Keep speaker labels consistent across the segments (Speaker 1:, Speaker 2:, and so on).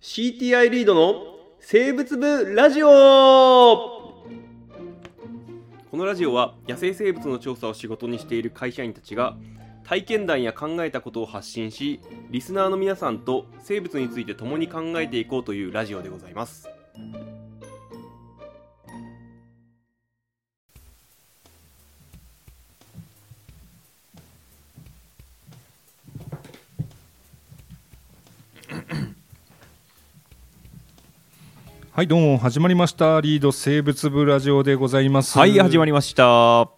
Speaker 1: CTI リードの生物部ラジオこのラジオは野生生物の調査を仕事にしている会社員たちが体験談や考えたことを発信しリスナーの皆さんと生物について共に考えていこうというラジオでございます
Speaker 2: はいどうも始まりましたリード生物部ラジオでございます
Speaker 3: はい、始ま
Speaker 2: り
Speaker 3: りました。は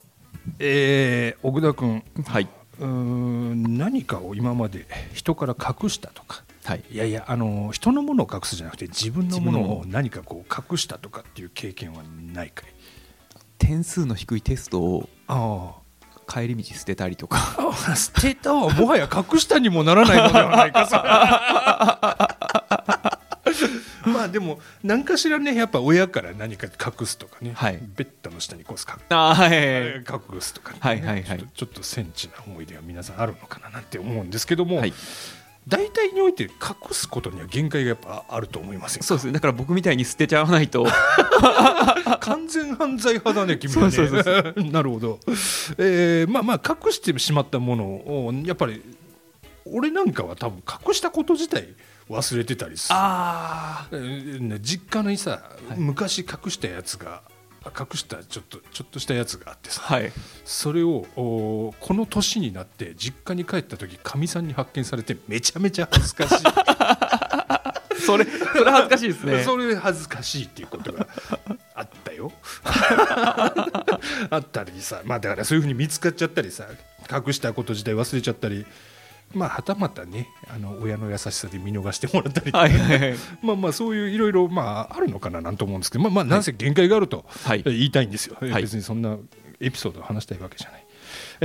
Speaker 2: えー、奥田君
Speaker 3: い。
Speaker 2: うーん何かを今まで人から隠したとか
Speaker 3: はい。
Speaker 2: いやいやあの人のものを隠すじゃなくて自分のも
Speaker 3: 自分の
Speaker 2: の
Speaker 3: も
Speaker 2: を何かこう隠したとかっていう経験はないかい
Speaker 3: 点数の低いテストを
Speaker 2: あ
Speaker 3: 帰り道捨てたり とか。
Speaker 2: あ捨てたはもはや隠したにもならないのではないかさ まあでも何かしらねやっぱ親から何か隠すとかね、
Speaker 3: はい
Speaker 2: ベッドの下にこう隠
Speaker 3: あは
Speaker 2: 隠すとかね、
Speaker 3: はいはいはい
Speaker 2: ちょっとちょっとセンチな思い出が皆さんあるのかななんて思うんですけども、
Speaker 3: はい。
Speaker 2: 大体において隠すことには限界がやっぱあると思いますよ
Speaker 3: そうですね。だから僕みたいに捨てちゃわないと。
Speaker 2: 完全犯罪派だね君はね
Speaker 3: そうそう
Speaker 2: なるほど、えーまあまあ隠してしまったものをやっぱり俺なんかは多分隠したこと自体忘れてたりする
Speaker 3: あ
Speaker 2: えーね実家にさ、
Speaker 3: はい
Speaker 2: 昔隠したやつが隠したちょっとちょっとしたやつがあってさ、
Speaker 3: はい。
Speaker 2: それをおーこの年になって実家に帰った時かみさんに発見されてめちゃめちゃ恥ずかしい、
Speaker 3: それ、それ恥ずかしいです ね。
Speaker 2: それ恥ずかしいっていうことが あったよ あったりさまあだからそういうふうに見つかっちゃったりさ隠したこと自体忘れちゃったりまあはたまたねあの親の優しさで見逃してもらったり、
Speaker 3: はいはいはい。
Speaker 2: まあまあそういういろいろまああるのかななんて思うんですけどまあまあなんせ限界があると
Speaker 3: はい
Speaker 2: 言いたいんですよ、
Speaker 3: はい
Speaker 2: 別にそんなエピソードを話したいわけじゃない。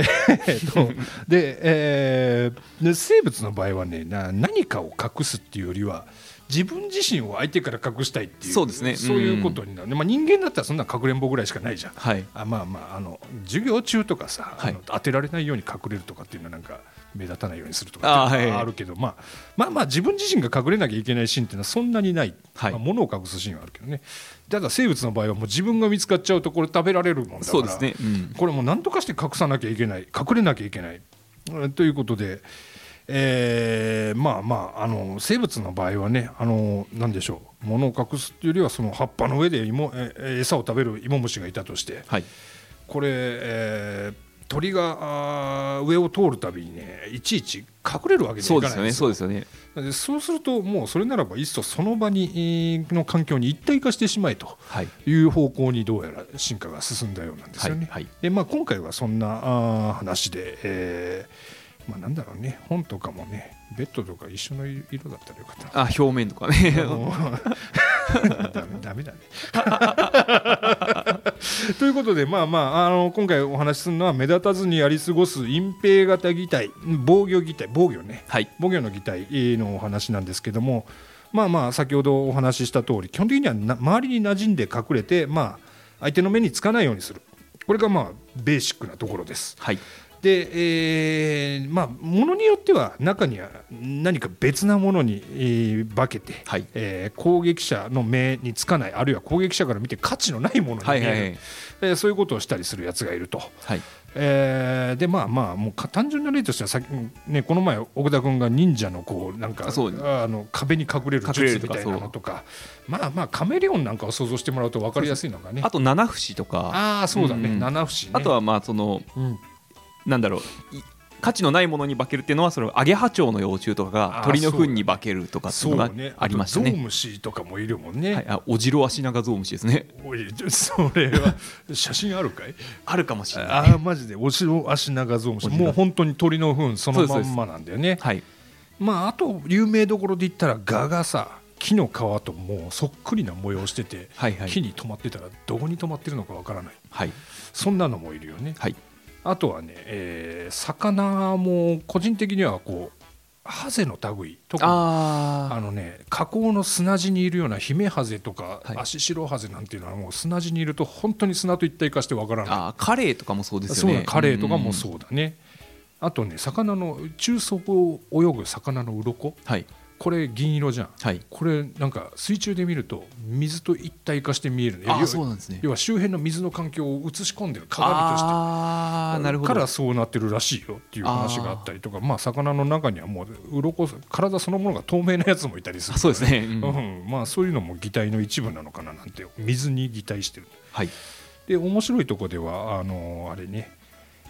Speaker 2: えっ とで,、えーで生物の場合はねな何かを隠すっていうよりは自分自身を相手から隠したいっていう
Speaker 3: そうですね
Speaker 2: そういうことになる、まあ、人間だったらそんなかくれんぼぐらいしかないじゃん。
Speaker 3: はい。
Speaker 2: あまあまああの授業中とかさ、
Speaker 3: はい
Speaker 2: あの当てられないように隠れるとかっていうのはなんか目立たないようにすると
Speaker 3: あ
Speaker 2: かって
Speaker 3: ー
Speaker 2: いうの
Speaker 3: は
Speaker 2: はいあるけどまあ、まあまあ自分自身が隠れなきゃいけないシーンっていうのはそんなにない、
Speaker 3: はい
Speaker 2: まあ、物を隠すシーンはあるけどねただ生物の場合はもう自分が見つかっちゃうとこれ食べられるもんだから
Speaker 3: そうですね。うん。
Speaker 2: これもう何とかして隠さなきゃいけない隠れなきゃいけない、うんということで、えーまあまああの生物の場合はねあの何でしょう物を隠すっていうよりはその葉っぱの上で芋ええ餌を食べるイモムシがいたとして。
Speaker 3: はい。
Speaker 2: これ、えー鳥があー上を通るたびにねいちいち隠れるわけに
Speaker 3: そ
Speaker 2: はい
Speaker 3: うで
Speaker 2: かない
Speaker 3: すよ
Speaker 2: んで
Speaker 3: ね。
Speaker 2: す
Speaker 3: そ
Speaker 2: よ
Speaker 3: うですよね。
Speaker 2: でそうするともうそれならばいっそその場にえーの環境に一体化してしまえと
Speaker 3: はい。
Speaker 2: いう方向にどうやら進化が進んだようなんです
Speaker 3: は
Speaker 2: よね。
Speaker 3: い。はい。
Speaker 2: でまあ、今回はそんなあー話で、えーまあ、なんだろうね本とかもねベッドとか一緒の色だったらよかったな
Speaker 3: あ、表面とかね。
Speaker 2: もうダ メダメだね。ということでまあまああの今回お話しするのは目立たずにやり過ごす隠蔽型擬態防御擬態防御ね
Speaker 3: はい。
Speaker 2: 防御の擬態のお話なんですけどもまあまあ先ほどお話しした通り基本的にはな周りに馴染んで隠れてまあ相手の目につかないようにするこれがまあベーシックなところです。
Speaker 3: はい。
Speaker 2: で、えーまあものによっては中には何か別なものに、えー化けて、
Speaker 3: はい
Speaker 2: えー攻撃者の目につかないあるいは攻撃者から見て価値のないものに見
Speaker 3: は
Speaker 2: え
Speaker 3: い。
Speaker 2: る、
Speaker 3: はい。
Speaker 2: えーそういうことをしたりするやつがいると。
Speaker 3: はい。
Speaker 2: えーでまあまあもうか単純な例としてはさっき、ね、この前奥田君が忍者のこうなんか
Speaker 3: あそう
Speaker 2: あの壁に隠れる
Speaker 3: 隠れ
Speaker 2: 術み
Speaker 3: るとか
Speaker 2: たいなのとかまあまあカメレオンなんかを想像してもらうと分かりやすいのがね
Speaker 3: あと、七節とか。
Speaker 2: ああーそうだね、
Speaker 3: うん
Speaker 2: 七節ね
Speaker 3: あとは、まあ、その、
Speaker 2: うん
Speaker 3: なんだろうい価値のないものに化けるっていうのはそのアゲハチョウの幼虫とかが
Speaker 2: あー
Speaker 3: 鳥の糞に化けるとかってい
Speaker 2: そうう
Speaker 3: のが
Speaker 2: ね
Speaker 3: ありました
Speaker 2: あとゾウ
Speaker 3: ね。
Speaker 2: ムシとかもいるもんね、
Speaker 3: はい、あオジロアシナガゾウムシですね。
Speaker 2: おいちょそれは写真あるかい
Speaker 3: あるかもしれない。
Speaker 2: ああマジでお城足長ゾウムシ
Speaker 3: お城
Speaker 2: もう本当に鳥の糞そのまんまなんだよね
Speaker 3: はい、
Speaker 2: まああと有名どころで言ったらガがさ木の皮ともうそっくりな模様してて、
Speaker 3: はいはい
Speaker 2: 木に止まってたらどこに止まってるのかわからない
Speaker 3: はい、
Speaker 2: そんなのもいるよね
Speaker 3: はい、
Speaker 2: あとはね、えー魚も個人的にはこうハゼの類特に
Speaker 3: あ
Speaker 2: あのね河口の砂地にいるようなヒメハゼとか、
Speaker 3: はい
Speaker 2: アシシロハゼなんていうのはもう砂地にいると本当に砂と一体化してわから
Speaker 3: ー
Speaker 2: ない
Speaker 3: あーカレーとかもそうです
Speaker 2: そ
Speaker 3: よ
Speaker 2: う
Speaker 3: ね。
Speaker 2: だカレイとかも
Speaker 3: うん。
Speaker 2: そうだねあとね魚の中層を泳ぐ魚の鱗
Speaker 3: はい、
Speaker 2: これ銀色じゃん
Speaker 3: はい
Speaker 2: これなんか水中で見ると水と一体化して見えるね
Speaker 3: あ
Speaker 2: 要
Speaker 3: あそうなんですね
Speaker 2: 要は周辺の水の環境を映し込んでる鏡として
Speaker 3: ああなるほど
Speaker 2: からそうなってるらしいよっていう話があったりとかまあ魚の中にはもう鱗体そのものが透明なやつもいたりする
Speaker 3: あそうですね、うん
Speaker 2: うんまあ、そういうのも擬態の一部なのかななんて水に擬態してる
Speaker 3: はい
Speaker 2: で面白いとこではあのあれね、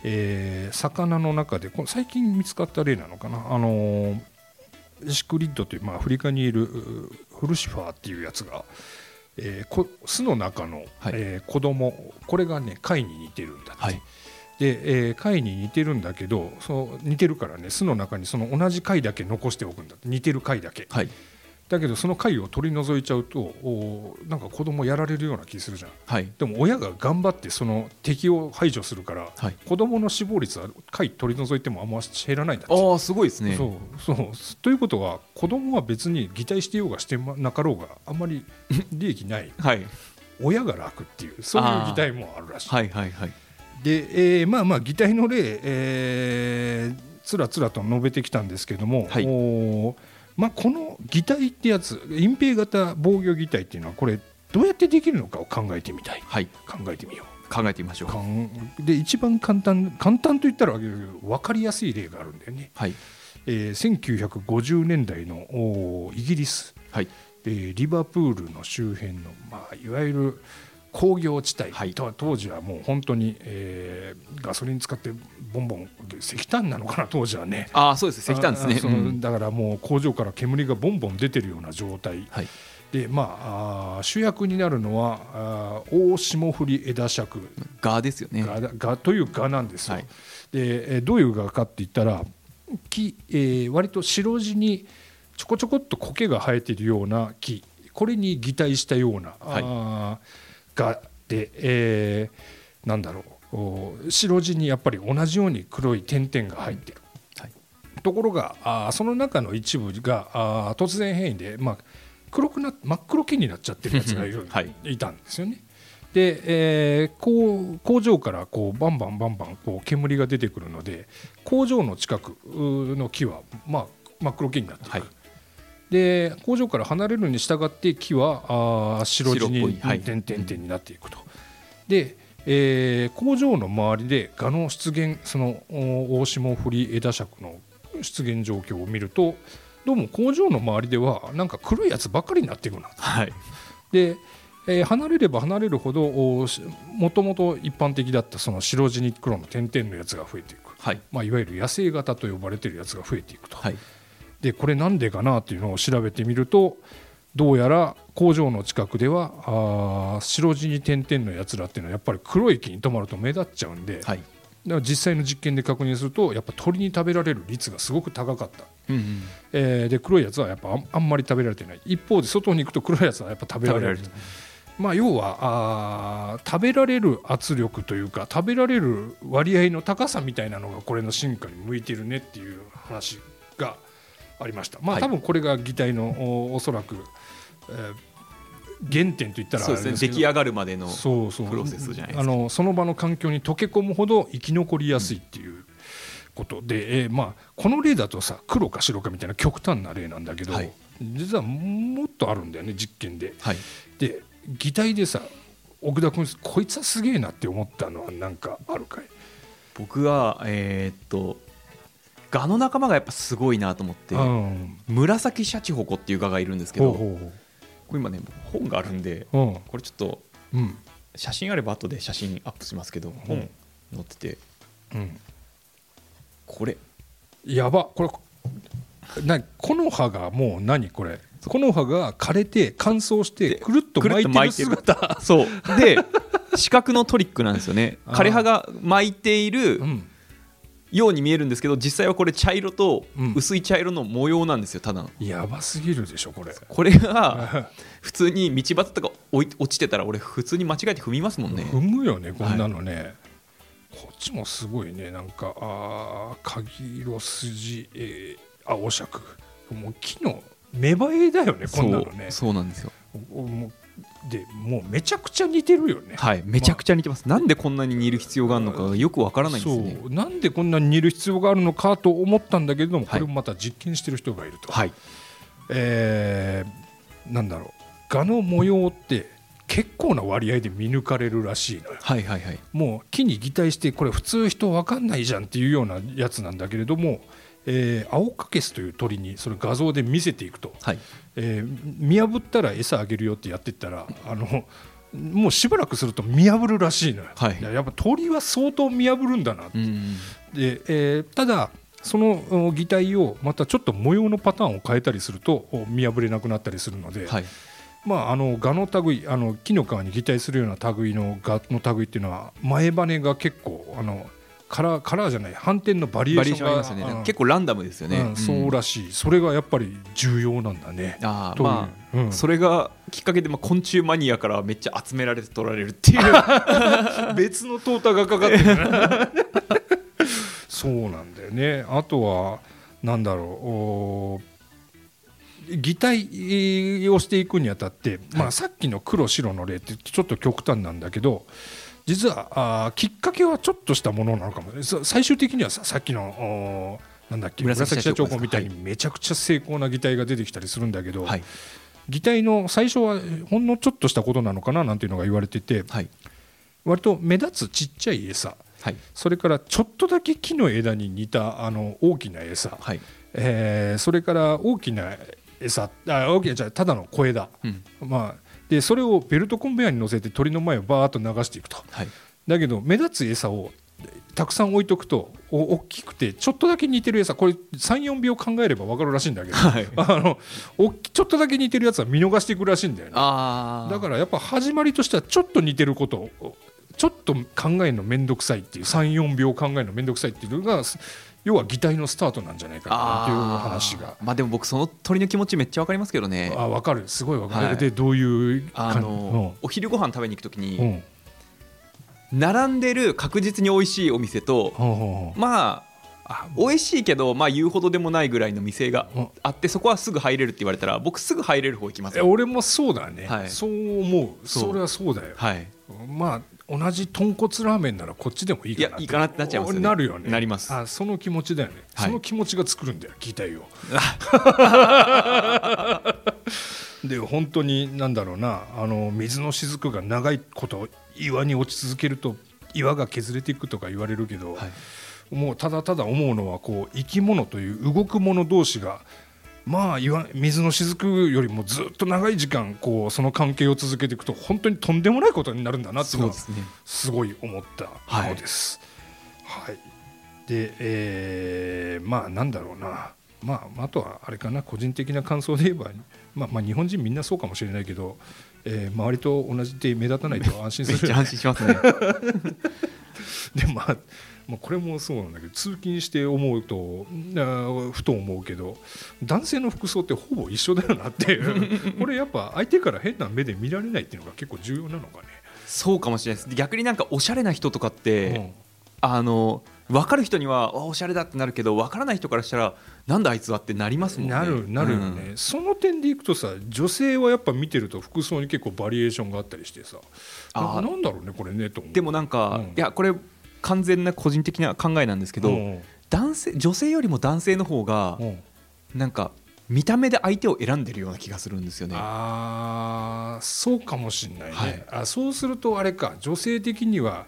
Speaker 2: えー魚の中でこの最近見つかった例なのかなあのシクリッドという、まあ、アフリカにいるうフルシファーっていうやつが、えーこ巣の中の、
Speaker 3: はい
Speaker 2: えー子供これがね貝に似てるんだって、
Speaker 3: はい
Speaker 2: で、えー貝に似てるんだけどそう似てるからね巣の中にその同じ貝だけ残しておくんだって似てる貝だけ
Speaker 3: はい
Speaker 2: だけどその貝を取り除いちゃうとおーなんか子供やられるような気するじゃん
Speaker 3: はい
Speaker 2: でも親が頑張ってその敵を排除するから、
Speaker 3: はい
Speaker 2: 子供の死亡率は貝取り除いてもあんま減らないんだって
Speaker 3: ああすごいですね
Speaker 2: そうそうということは子供は別に擬態してようがしてなかろうがあんまり利益ない
Speaker 3: はい
Speaker 2: 親が楽っていうそういう擬態もあるらしい
Speaker 3: はいはいはい
Speaker 2: で、えーまあまあ擬態の例、えーつらつらと述べてきたんですけども、
Speaker 3: はい
Speaker 2: おーまあ、この擬態ってやつ隠蔽型防御擬態っていうのはこれどうやってできるのかを考えてみたい
Speaker 3: はい
Speaker 2: 考えてみよう
Speaker 3: 考えてみましょう
Speaker 2: かんで一番簡単簡単と言ったら分かりやすい例があるんだよね、
Speaker 3: はい
Speaker 2: えー1950年代のおーイギリス、
Speaker 3: はい
Speaker 2: えーリバプールの周辺の、まあ、いわゆる工業地帯、
Speaker 3: はい
Speaker 2: と当時はもう本当に、えーガソリン使ってボンボン石炭なのかな当時はね
Speaker 3: ああそうです石炭です
Speaker 2: あ
Speaker 3: ね
Speaker 2: あそう
Speaker 3: うん
Speaker 2: だからもう工場から煙がボンボン出てるような状態、
Speaker 3: はい
Speaker 2: でまああー主役になるのはあー大霜降り枝尺
Speaker 3: ガーですよね
Speaker 2: ががというがなんですよ、
Speaker 3: はい
Speaker 2: でえーどういうがかって言ったら木、えー割と白地にちょこちょこっと苔が生えているような木これに擬態したような、
Speaker 3: はい
Speaker 2: あーがで、えーなんだろうお白地にやっぱり同じように黒い点々が入ってる、
Speaker 3: はい
Speaker 2: ところがあーその中の一部があー突然変異で、まあ、黒くなっ真っ黒けになっちゃってるやつがいる、
Speaker 3: はい
Speaker 2: いたんですよね。で、えーこう工場からこうバンバンバンバンこう煙が出てくるので工場の近くの木は、まあ、真っ黒けになっていく、
Speaker 3: はい
Speaker 2: で工場から離れるに従って木はあー白地
Speaker 3: 白っ
Speaker 2: に
Speaker 3: ぽいはい
Speaker 2: 点々点になっていくと。で、えー工場の周りで蛾の出現そのお大霜降り枝尺の出現状況を見るとどうも工場の周りではなんか黒いやつばっかりになっていくな
Speaker 3: はい
Speaker 2: で、えー離れれば離れるほどおしもともと一般的だったその白地に黒の点々のやつが増えていく、
Speaker 3: はい
Speaker 2: まあ、いわゆる野生型と呼ばれてるやつが増えていくと、
Speaker 3: はい
Speaker 2: でこれなんでかなっていうのを調べてみるとどうやら工場の近くではあー白地に点々のやつらっていうのはやっぱり黒い木に止まると目立っちゃうんで、
Speaker 3: はい
Speaker 2: だから実際の実験で確認するとやっぱ鳥に食べられる率がすごく高かった。
Speaker 3: うんうん
Speaker 2: えーで黒いやつはやっぱあんあんまり食べられてない一方で外に行くと黒いやつはやっぱ食べられる
Speaker 3: 食べら
Speaker 2: まあ要はあー食べられる圧力というか食べられる割合の高さみたいなのがこれの進化に向いてるねっていう話がありましたま
Speaker 3: は
Speaker 2: あ
Speaker 3: い
Speaker 2: 多分これが擬態のおおそらく、えー原点といったらあ
Speaker 3: そ
Speaker 2: れ
Speaker 3: うですね
Speaker 2: です
Speaker 3: 出
Speaker 2: け
Speaker 3: 来
Speaker 2: ど
Speaker 3: 上がるまでの
Speaker 2: そうそう
Speaker 3: プロセスじゃないですか
Speaker 2: あのその場の環境に溶け込むほど生き残りやすいっていうことで、えーまあ、この例だとさ黒か白かみたいな極端な例なんだけど、
Speaker 3: はい
Speaker 2: 実はもっとあるんだよね実験で。
Speaker 3: はい
Speaker 2: で擬態でさ奥田君こいつはすげえなって思ったのはなんかあるかい
Speaker 3: 僕はえーっとガの仲間がやっぱすごいなと思って
Speaker 2: うん
Speaker 3: 紫シャチホコっていうガがいるんですけ
Speaker 2: ほう
Speaker 3: ど
Speaker 2: ほ
Speaker 3: こ
Speaker 2: う
Speaker 3: れ今ね本があるんで
Speaker 2: ほう
Speaker 3: これちょっと
Speaker 2: うんうん
Speaker 3: 写真あれば後で写真アップしますけど本載ってて
Speaker 2: うん
Speaker 3: これ
Speaker 2: やばこれな木の葉がもう何これ木の葉が枯れて乾燥して
Speaker 3: で
Speaker 2: くるっと
Speaker 3: くる
Speaker 2: 巻い
Speaker 3: っと
Speaker 2: て
Speaker 3: 巻い
Speaker 2: る
Speaker 3: てる
Speaker 2: 姿、
Speaker 3: そうで四角のトリックなんですよね
Speaker 2: あー
Speaker 3: 枯葉が巻いている
Speaker 2: うん、
Speaker 3: ように見えるんですけど実際はこれ茶色と
Speaker 2: うん
Speaker 3: 薄い茶色の模様なんですよただの
Speaker 2: やばすぎるでしょこれ
Speaker 3: これが普通に道端とか置い落ちてたら俺普通に間違えて踏みますもんね
Speaker 2: 踏むよねこんなのね、こっちもすごいねなんかあー鍵色筋、えー、青尺もう木の芽生えだよねこ
Speaker 3: そ
Speaker 2: んなのね
Speaker 3: うそうなんですよ
Speaker 2: おもうでもうめちゃくちゃ似てるよね、
Speaker 3: はいめちゃくちゃ似てますなんでこんなに似る必要があるのかがよくわからないんですよね
Speaker 2: そうなんでこんなに似る必要があるのかと思ったんだけれども、
Speaker 3: はい
Speaker 2: これもまた実験してる人がいると、
Speaker 3: はい
Speaker 2: えーなんだろう蛾の模様って結構な割合で見抜かれるらしいのよ
Speaker 3: はいはいはい
Speaker 2: もう木に擬態してこれ普通人分かんないじゃんっていうようなやつなんだけれども、えー、アオカケスという鳥にそれ画像で見せていくと、
Speaker 3: はい
Speaker 2: えー見破ったら餌あげるよってやってったらあのもうしばらくすると見破るらしいのよ、
Speaker 3: はい
Speaker 2: やっぱ鳥は相当見破るんだなって
Speaker 3: うん
Speaker 2: で、えーただそのお擬態をまたちょっと模様のパターンを変えたりするとお見破れなくなったりするので、
Speaker 3: はい
Speaker 2: まああの蛾の類あの木の皮に擬態するような類の蛾の類っていうのは前羽が結構あのカラーカラーじゃない反転のバリエ
Speaker 3: バ
Speaker 2: ーシ
Speaker 3: リエー
Speaker 2: ョン
Speaker 3: ション
Speaker 2: が
Speaker 3: ありますよね
Speaker 2: うん
Speaker 3: 結構ランダムですよね、
Speaker 2: うんそうらしい、それがやっぱり重要なんだね。
Speaker 3: ああ
Speaker 2: という
Speaker 3: まあ
Speaker 2: うん
Speaker 3: それがきっかけで、まあ、昆虫マニアからめっちゃ集められて取られる っていう
Speaker 2: 別の淘汰がかかってるそうなんだよねあとはなんだろうおー擬態をしていくにあたって、まあ、さっきの黒白の例ってちょっと極端なんだけど実はあーきっかけはちょっとしたものなのかもさ最終的にはささっきのおーなんだっけ
Speaker 3: 紫
Speaker 2: 紫
Speaker 3: 社
Speaker 2: 社長
Speaker 3: 長です
Speaker 2: 校みたいにめちゃくちゃ精巧な擬態が出てきたりするんだけど、
Speaker 3: はい
Speaker 2: 擬態の最初はほんのちょっとしたことなのかななんていうのが言われてて、
Speaker 3: はい
Speaker 2: 割と目立つちっちゃい餌
Speaker 3: はい
Speaker 2: それからちょっとだけ木の枝に似たあの大きな餌、
Speaker 3: はい
Speaker 2: えーそれから大きな餌あ大きなじゃあただの小枝、
Speaker 3: うん
Speaker 2: まあ、でそれをベルトコンベヤーに乗せて鳥の前をバーッと流していくと
Speaker 3: はい
Speaker 2: だけど目立つ餌をたくさん置いとくとお大きくてちょっとだけ似てる餌これ34秒考えれば分かるらしいんだけど、
Speaker 3: はい
Speaker 2: あのおっきちょっとだけ似てるやつは見逃していくらしいんだよね。
Speaker 3: ああ
Speaker 2: だからやっぱ始まりとしてはちょっと似てることをちょっと考えるの面倒くさいっていう34秒考えるの面倒くさいっていうのが要は擬態のスタートなんじゃないかなっていう話が
Speaker 3: あ。ーまあでも僕その鳥の気持ちめっちゃわかりますけどね
Speaker 2: あ分かるすごい分かる、
Speaker 3: はい
Speaker 2: でどういう
Speaker 3: あのお昼ご飯食べに行くとき
Speaker 2: うんう
Speaker 3: に
Speaker 2: ん
Speaker 3: 並んでる確実に美味しいお店
Speaker 2: ほ
Speaker 3: と
Speaker 2: うほう
Speaker 3: まあ美味しいけどまあ言うほどでもないぐらいの店が
Speaker 2: うん
Speaker 3: あってそこはすぐ入れるって言われたら僕すぐ入れる方行きます
Speaker 2: え
Speaker 3: よ
Speaker 2: 俺もそうだね、
Speaker 3: はい
Speaker 2: そう思う
Speaker 3: そう
Speaker 2: それはそうだよ
Speaker 3: はい
Speaker 2: まあ同じ豚骨ラーメンならこっちでもいい
Speaker 3: い
Speaker 2: か
Speaker 3: や
Speaker 2: なって
Speaker 3: いいかなってなっちゃいますよね
Speaker 2: なるよね
Speaker 3: なります
Speaker 2: あその気持ちだよね、
Speaker 3: はい
Speaker 2: その気持ちが作るんだよ擬 態をで本当になんだろうなあの水の雫が長いこと岩に落ち続けると岩が削れていくとか言われるけど、
Speaker 3: はい
Speaker 2: もうただただ思うのはこう生き物という動くもの同士がまあ岩水の雫よりもずっと長い時間こうその関係を続けていくと本当にとんでもないことになるんだなっていう
Speaker 3: そ
Speaker 2: の
Speaker 3: うで
Speaker 2: は
Speaker 3: すね
Speaker 2: すごい思ったものです。はい、で、えーまあなんだろうな、まあ、あとはあれかな個人的な感想で言えば、まあ、まあ日本人みんなそうかもしれないけど、えー周りと同じで目立たないと安心
Speaker 3: めっ
Speaker 2: す
Speaker 3: ち
Speaker 2: る
Speaker 3: ゃ安心しま すね
Speaker 2: で、まあ、まあこれもそうなんだけど通勤して思うとあーふと思うけど男性の服装ってほぼ一緒だよなっていう これやっぱ相手から変な目で見られないっていうのが結構重要なのかね。
Speaker 3: そうかもしれないです逆になんかおしゃれな人とか
Speaker 2: う
Speaker 3: って
Speaker 2: ん
Speaker 3: あの分かる人にはあおしゃれだってなるけど分からない人からしたらなんだあいつはってなりますもんね
Speaker 2: なるなるよね、その点でいくとさ女性はやっぱ見てると服装に結構バリエーションがあったりしてさ
Speaker 3: あー
Speaker 2: ななんだろうねこれねと思
Speaker 3: う
Speaker 2: うん
Speaker 3: でもなん
Speaker 2: う
Speaker 3: か、
Speaker 2: ん
Speaker 3: いやこれ完全な個人的な考えなんですけど、
Speaker 2: うん
Speaker 3: 男性女性よりも男性の方が
Speaker 2: うん
Speaker 3: なんか見た目で相手を選んでるような気がするんですよね。
Speaker 2: あーそうかもしんないね、
Speaker 3: はい
Speaker 2: あそうするとあれか女性的には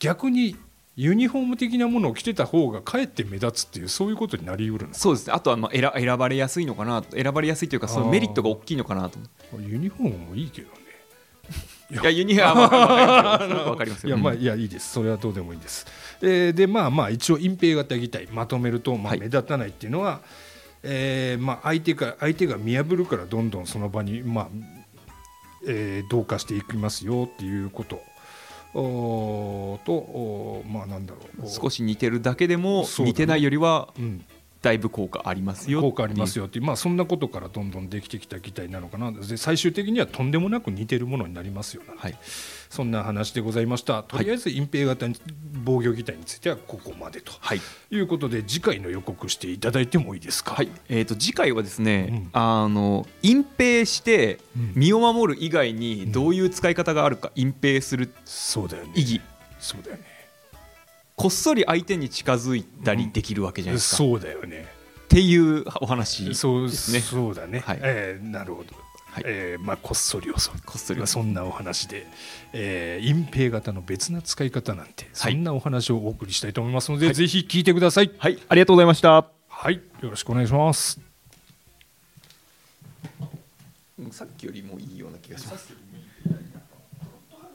Speaker 2: 逆にユニフォーム的なものを着てた方がかえって目立つっていうそういうことになりうるの
Speaker 3: そうですねあとはまあ選選ばれやすいのかな選ばれやすいというかそのメリットが大きいのかなと
Speaker 2: ユニフォームもいいけどね
Speaker 3: いやユニフォームは分かります
Speaker 2: い
Speaker 3: よ
Speaker 2: やまあいやいいですそれはどうでもいいんです、えーでまあまあ一応隠蔽型擬態まとめると、まあ、
Speaker 3: はい
Speaker 2: 目立たないっていうのは、えーまあ、相手から相手が見破るからどんどんその場に、まあえー同化していきますよっていうことおーとおーまあなんだろう
Speaker 3: 少
Speaker 2: し、
Speaker 3: し似てるだけでも、
Speaker 2: そうだね
Speaker 3: 似てないよりは
Speaker 2: うん、
Speaker 3: だいぶ効果ありますよ
Speaker 2: 効果あります
Speaker 3: よ
Speaker 2: よっていう、まあ、そんなことからどんどんできてきた擬態なのかなで最終的にはとんでもなく似てるものになりますよな
Speaker 3: はい
Speaker 2: そんな話でございましたとりあえず隠蔽型に防御擬態についてはここまでと。
Speaker 3: はい、
Speaker 2: ということで次回の予告していただいてもいいですか。
Speaker 3: はいえー、と次回はですね、
Speaker 2: うん
Speaker 3: あの隠蔽して
Speaker 2: うん
Speaker 3: 身を守る以外にどういう使い方があるか隠蔽する
Speaker 2: そうだよね。
Speaker 3: 意義
Speaker 2: そうだよね。
Speaker 3: こっそり相手に近づいたりできるわけじゃないですか、
Speaker 2: そうだよね。
Speaker 3: っっていうお話
Speaker 2: そう
Speaker 3: ですね
Speaker 2: そうだね、
Speaker 3: はい
Speaker 2: えーなるほど、
Speaker 3: はい
Speaker 2: えーまあ、こっそりをそ
Speaker 3: こっそり
Speaker 2: まあそんなお話で、えー隠蔽型の別な使い方なんて、
Speaker 3: はい
Speaker 2: そんなお話をお送りしたいと思いますので、ぜひ聞いてください
Speaker 3: はいありがとうございました
Speaker 2: はいよろしくお願いします
Speaker 3: さっきよりもいいような気がします